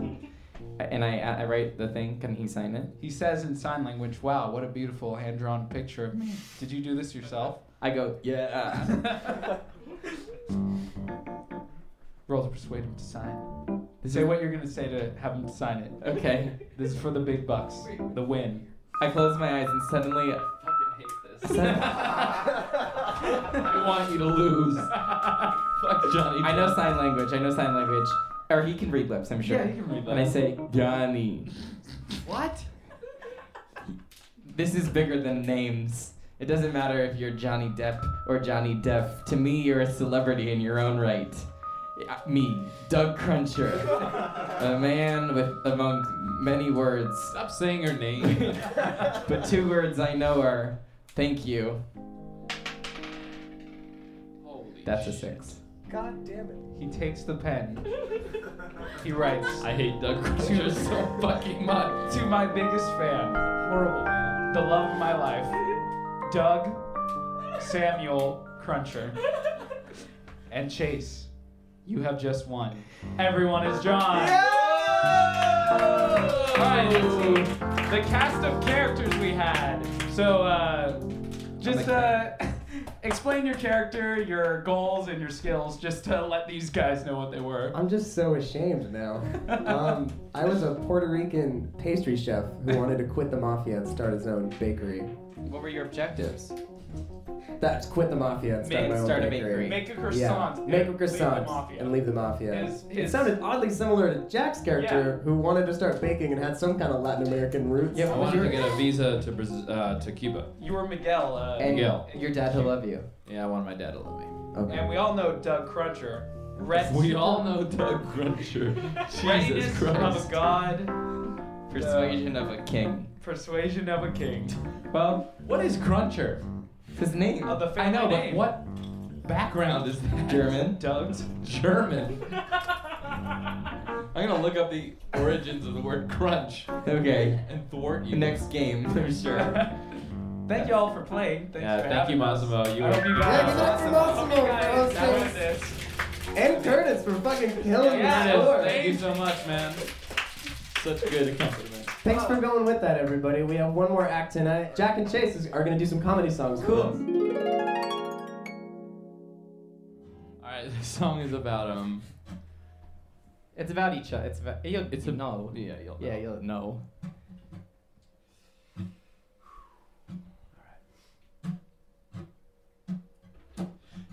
And I I write the thing. Can he sign it? He says in sign language, "Wow, what a beautiful hand-drawn picture of me." Did you do this yourself? I go yeah. roll to persuade him to sign. Say what you're gonna say to have him sign it. Okay. This is for the big bucks. The win. I close my eyes and suddenly I fucking hate this. I want you to lose. Fuck Johnny. I know sign language. I know sign language. Or he can read lips, I'm sure. Yeah, he can read And I lips. say, Johnny. What? This is bigger than names. It doesn't matter if you're Johnny Depp or Johnny Deaf. To me, you're a celebrity in your own right. Uh, Me, Doug Cruncher, a man with among many words, Stop saying her name. but two words I know are thank you. Holy That's a shit. six. God damn it. He takes the pen. He writes I hate Doug Crutcher so fucking much. to my biggest fan, horrible man, the love of my life, Doug Samuel Cruncher, and Chase. You have just won. Everyone is drawn. All right, let's see the cast of characters we had. So, uh, just uh, explain your character, your goals, and your skills, just to let these guys know what they were. I'm just so ashamed now. Um, I was a Puerto Rican pastry chef who wanted to quit the mafia and start his own bakery. What were your objectives? That's quit the mafia and start Make- my own start a bakery. bakery. Make a croissant. Yeah. Make a and croissant leave the mafia. and leave the mafia. His- It his- sounded oddly similar to Jack's character, who wanted to start baking and had some kind of Latin American roots. Yeah, I what was wanted to your, get a visa to Braz- uh, to Cuba. You were Miguel. Uh, and Miguel. your dad to love you? Yeah, I wanted my dad to love me. Okay. And we all know Doug Cruncher. Ret- We all know Doug Cruncher. Jesus Readiness Christ. of God, Persuasion of a king. persuasion of a king. Well, what is Cruncher? It's his name. Of the family I know, but name. what background is that? German. Doug's. German. I'm gonna look up the origins of the word crunch Okay. and thwart you. Next game for sure. Thank you all for playing. Thanks Yeah, for thank you, having us. Massimo. You I hope were- you Yeah, guys. good luck to Hope you Massimo. guys That was got this. And Curtis for fucking killing Yeah, the it is. score. Thank you so much, man. Such good accompaniment. Thanks for going with that, everybody. We have one more act tonight. Jack and Chase is, are going to do some comedy songs. with Cool. us. All right, this song is about um. It's about each other. It's about. You'll, It's you a- know. Yeah, you'll. Yeah, you'll know.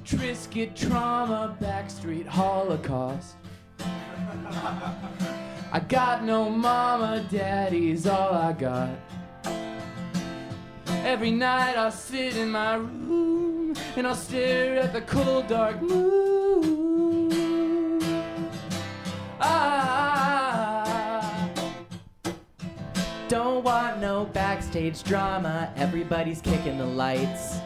Trisket trauma, backstreet holocaust. I got no mama, daddy's all I got. Every night I'll sit in my room and I'll stare at the cold dark moon. Ah. Don't want no backstage drama. Everybody's kicking the lights.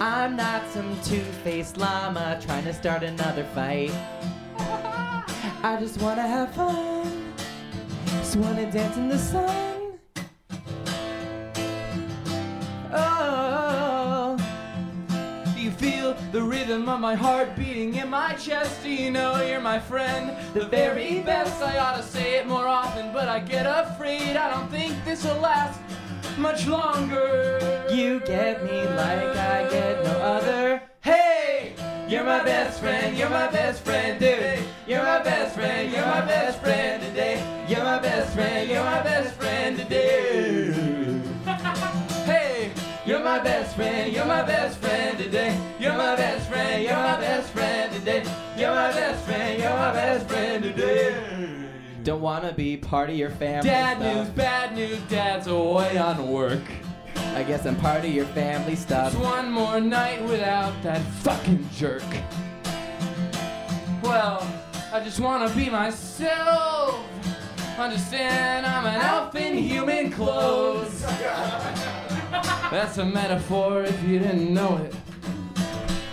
I'm not some two-faced llama trying to start another fight. I just wanna have fun. Just wanna dance in the sun. Oh, do you feel the rhythm of my heart beating in my chest? Do you know you're my friend? The very best. I ought to say it more often, but I get afraid. I don't think this will last much longer. You get me like I get no other. Hey, you're my best friend. You're my best friend, dude. You're my best friend. You're my best friend today. You're my best friend. You're my best friend today. Hey, you're my best friend, you're my best friend today. You're my best friend, you're my best friend today. You're my best friend, you're my best friend today. Don't wanna be part of your family. Dad stuff. news, bad news, dad's away on work. I guess I'm part of your family stuff. Just one more night without that fucking jerk. Well, I just wanna be myself. Understand I'm an elf in human clothes. That's a metaphor if you didn't know it.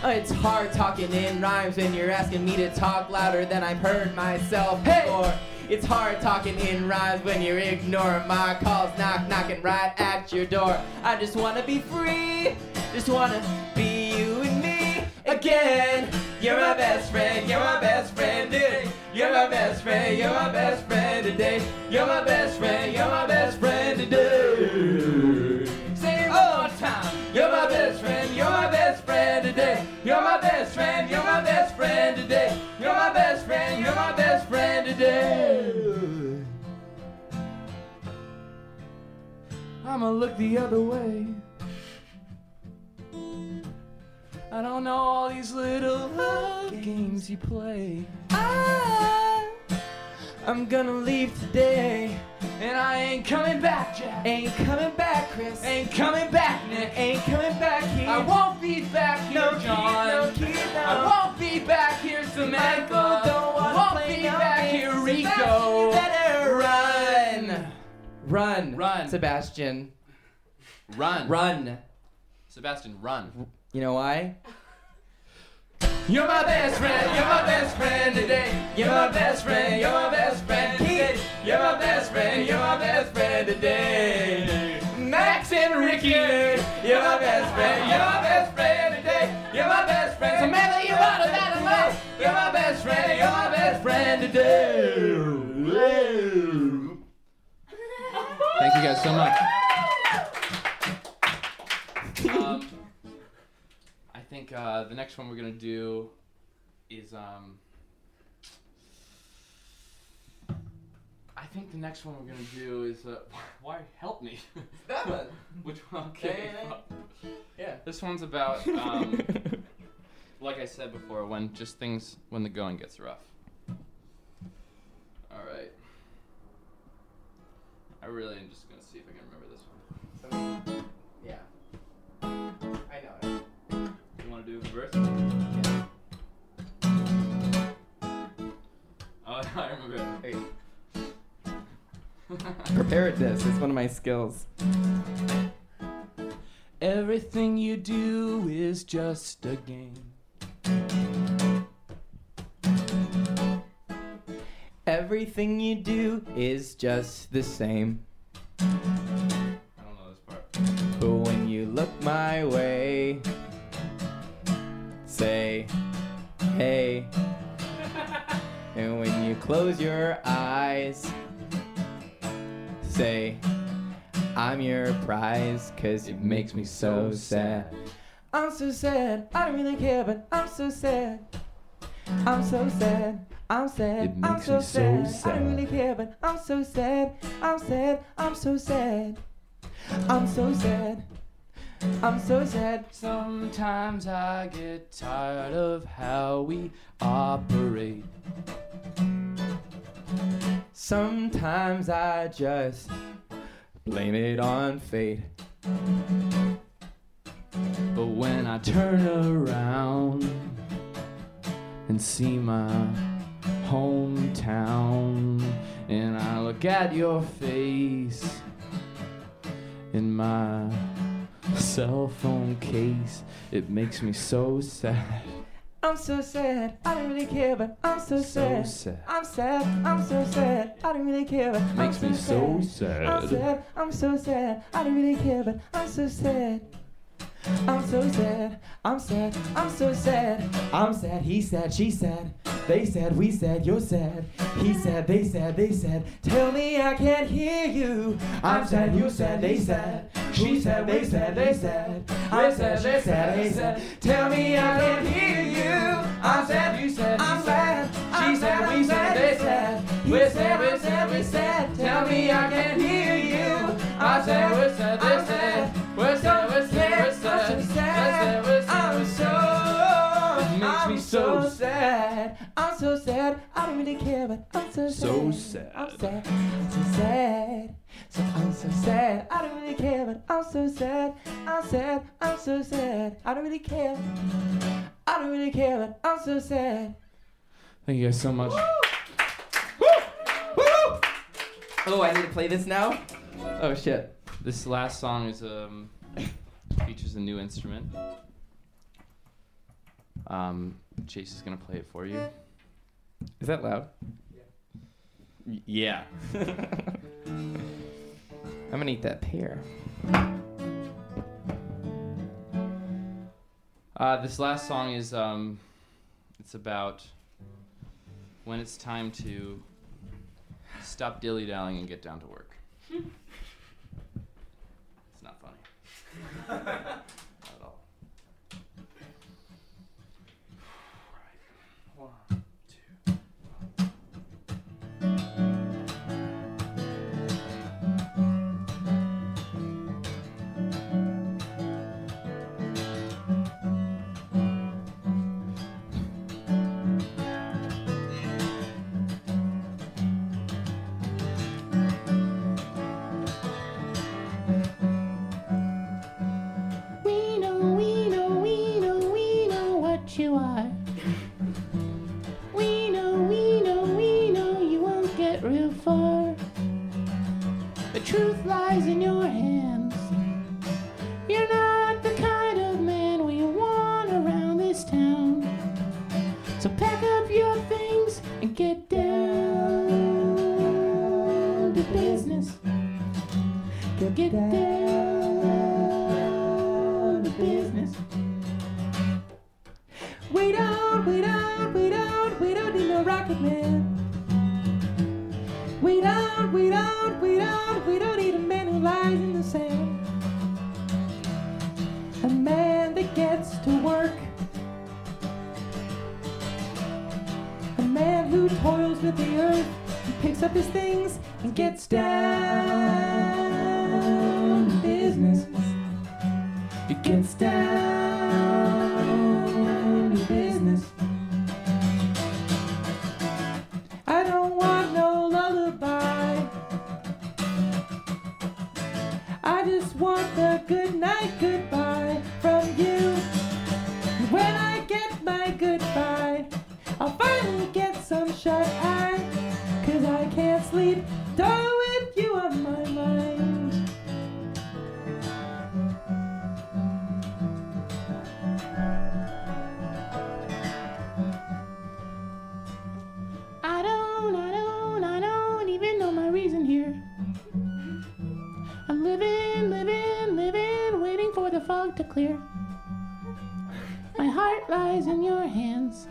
Uh, It's hard talking in rhymes when you're asking me to talk louder than I've heard myself Hey! before. It's hard talking in rhymes when you're ignoring my calls, knock knocking right at your door. I just wanna be free, just wanna be you and me again. You're my best friend, you're my best friend, dude. You're my best friend, you're my best friend today. You're my best friend, you're my best friend today. Say it one more time. You're my best friend. You're my best friend today. You're my best friend. You're my best friend today. You're my best friend. You're my best friend today. I'ma look the other way. I don't know all these little love games you play. Ah, I'm gonna leave today, and I ain't coming back, Jack. ain't coming back, Chris. Ain't coming back, Nick. Ain't coming back here. I won't be back here, No, John. kid, no, kid, no. I won't be back here, Samantha. Michael, don't wanna won't play be no back games. here, Sebastian, you Rico. better run. Run. Run. Sebastian. Run. Run. Sebastian, run. You know why? You're my best friend. You're my best friend today. You're my best friend. You're my best friend today. You're my best friend. You're my best friend today. Max and Ricky, dude. You're my best friend. You're my best friend today. You're my best friend. Samantha, you ought to let him know. You're my best friend. You're my best friend today. Thank you guys so much. um, I think uh, the next one we're gonna do is um. I think the next one we're gonna do is uh, why help me? That one. Which one? Okay. Yeah, yeah, Yeah. This one's about um, like I said before, when just things when the going gets rough. All right. I really am just gonna see if I can remember this one. yeah. I know it. You want to do it? do reverse? Oh, I remember. Hey. Preparedness is one of my skills. Everything you do is just a game. Everything you do is just the same. I don't know this part. But when you look my way, say, hey. and when you close your eyes, say, I'm your prize, cause it makes me so sad. I'm so sad, I don't really care, but I'm so sad. I'm so sad. I'm sad. It I'm makes so me so sad. I sad. don't really care, but I'm so sad. I'm sad. I'm so sad. I'm so sad. I'm so sad. Sometimes I get tired of how we operate. Sometimes I just blame it on fate. But when I turn around and see my hometown, and I look at your face in my cell phone case, it makes me so sad. I'm so sad. I don't really care, but I'm so, So sad. sad. I'm sad. I'm so sad. I don't really care, but Makes I'm me so I'm sad. sad, I'm so sad. I don't really care, but I'm so sad. I'm so sad, I'm sad, I'm so sad. I'm sad, he sad, she sad. They sad, we sad, you're sad. He sad, they sad, they sad. Tell me I can't hear you. I'm sad, you sad, they sad. She sad, they sad, they sad. I'm sad, they sad, they sad. Tell me I can't hear you. I'm sad, you sad, I'm sad. She sad, we sad, they sad. We're sad, we're sad, we're sad. Tell me I can't hear you. I'm sad, we're sad, we're sad. We're sad, we're sad, we're sad. I'm so sad. I'm so. It makes me I'm so so sad. I'm so sad. I don't really care, but I'm so sad. So I'm sad. sad. I'm so sad. So I'm so sad. I don't really care, but I'm so sad. I'm sad. I'm so sad. I don't really care. I don't really care, but I'm so sad. Thank you guys so much. Oh, I need to play this now? Oh, shit. This last song is um features a new instrument. Um, Chase is gonna play it for you. Is that loud? Yeah. I'm gonna eat that pear. Uh, this last song is um, it's about when it's time to stop dilly dallying and get down to work. it's not funny. not at all. All right. One, two. We know, we know, we know, we know what you are. We know, we know, we know you won't get real far. The truth lies in your hands. You're not the kind of man we want around this town. So pack up your things and get down to business. Go get down to business. We don't, we don't, we don't, we don't need no rocket man. We don't, we don't, we don't, we don't need a man who lies in the sand. A man that gets to work. A man who toils with the earth and picks up his things and gets down to business. He gets down to business. I don't want no lullaby. I just want the good night goodbye from you. Well, shut eye, cause I can't sleep. Darling, with you on my mind. I don't, I don't, I don't even know my reason here. I'm living, living, living, waiting for the fog to clear. My heart lies in your hands.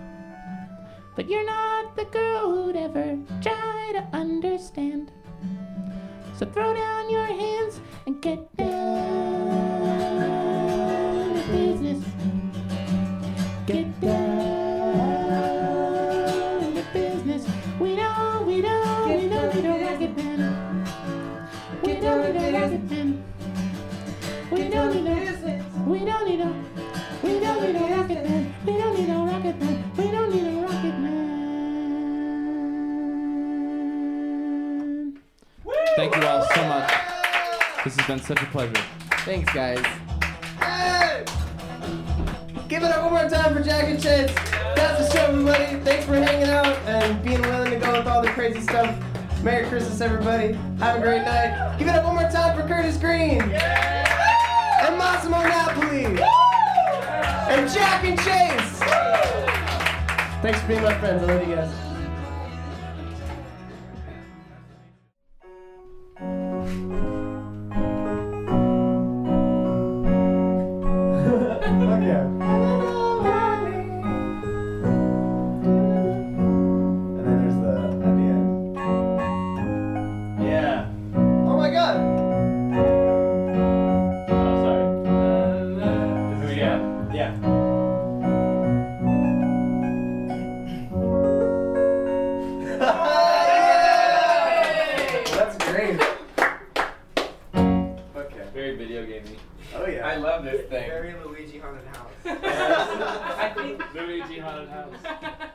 But you're not the girl who'd ever try to understand. So throw down your hands and get down to business. Get down to business. We don't, we don't, we don't, we don't like it then. We don't, we don't like it then. We don't, we don't, we don't, we don't. We don't need a rocket man. We don't need a rocket man. We don't need a rocket man. Thank you all so much. This has been such a pleasure. Thanks, guys. Give it up one more time for Jack and Chance. That's the show, everybody. Thanks for hanging out and being willing to go with all the crazy stuff. Merry Christmas, everybody. Have a great night. Give it up one more time for Curtis Green. And Massimo Napoli. And Jack and Chase. Thanks for being my friends. I love you guys. Fuck yeah. And then there's the happy end. Yeah. Oh my god. Oh, sorry. Yeah. Yeah. That's great. Okay. Very video gamey. Oh yeah. I love this thing. Very Luigi haunted house. Luigi haunted house.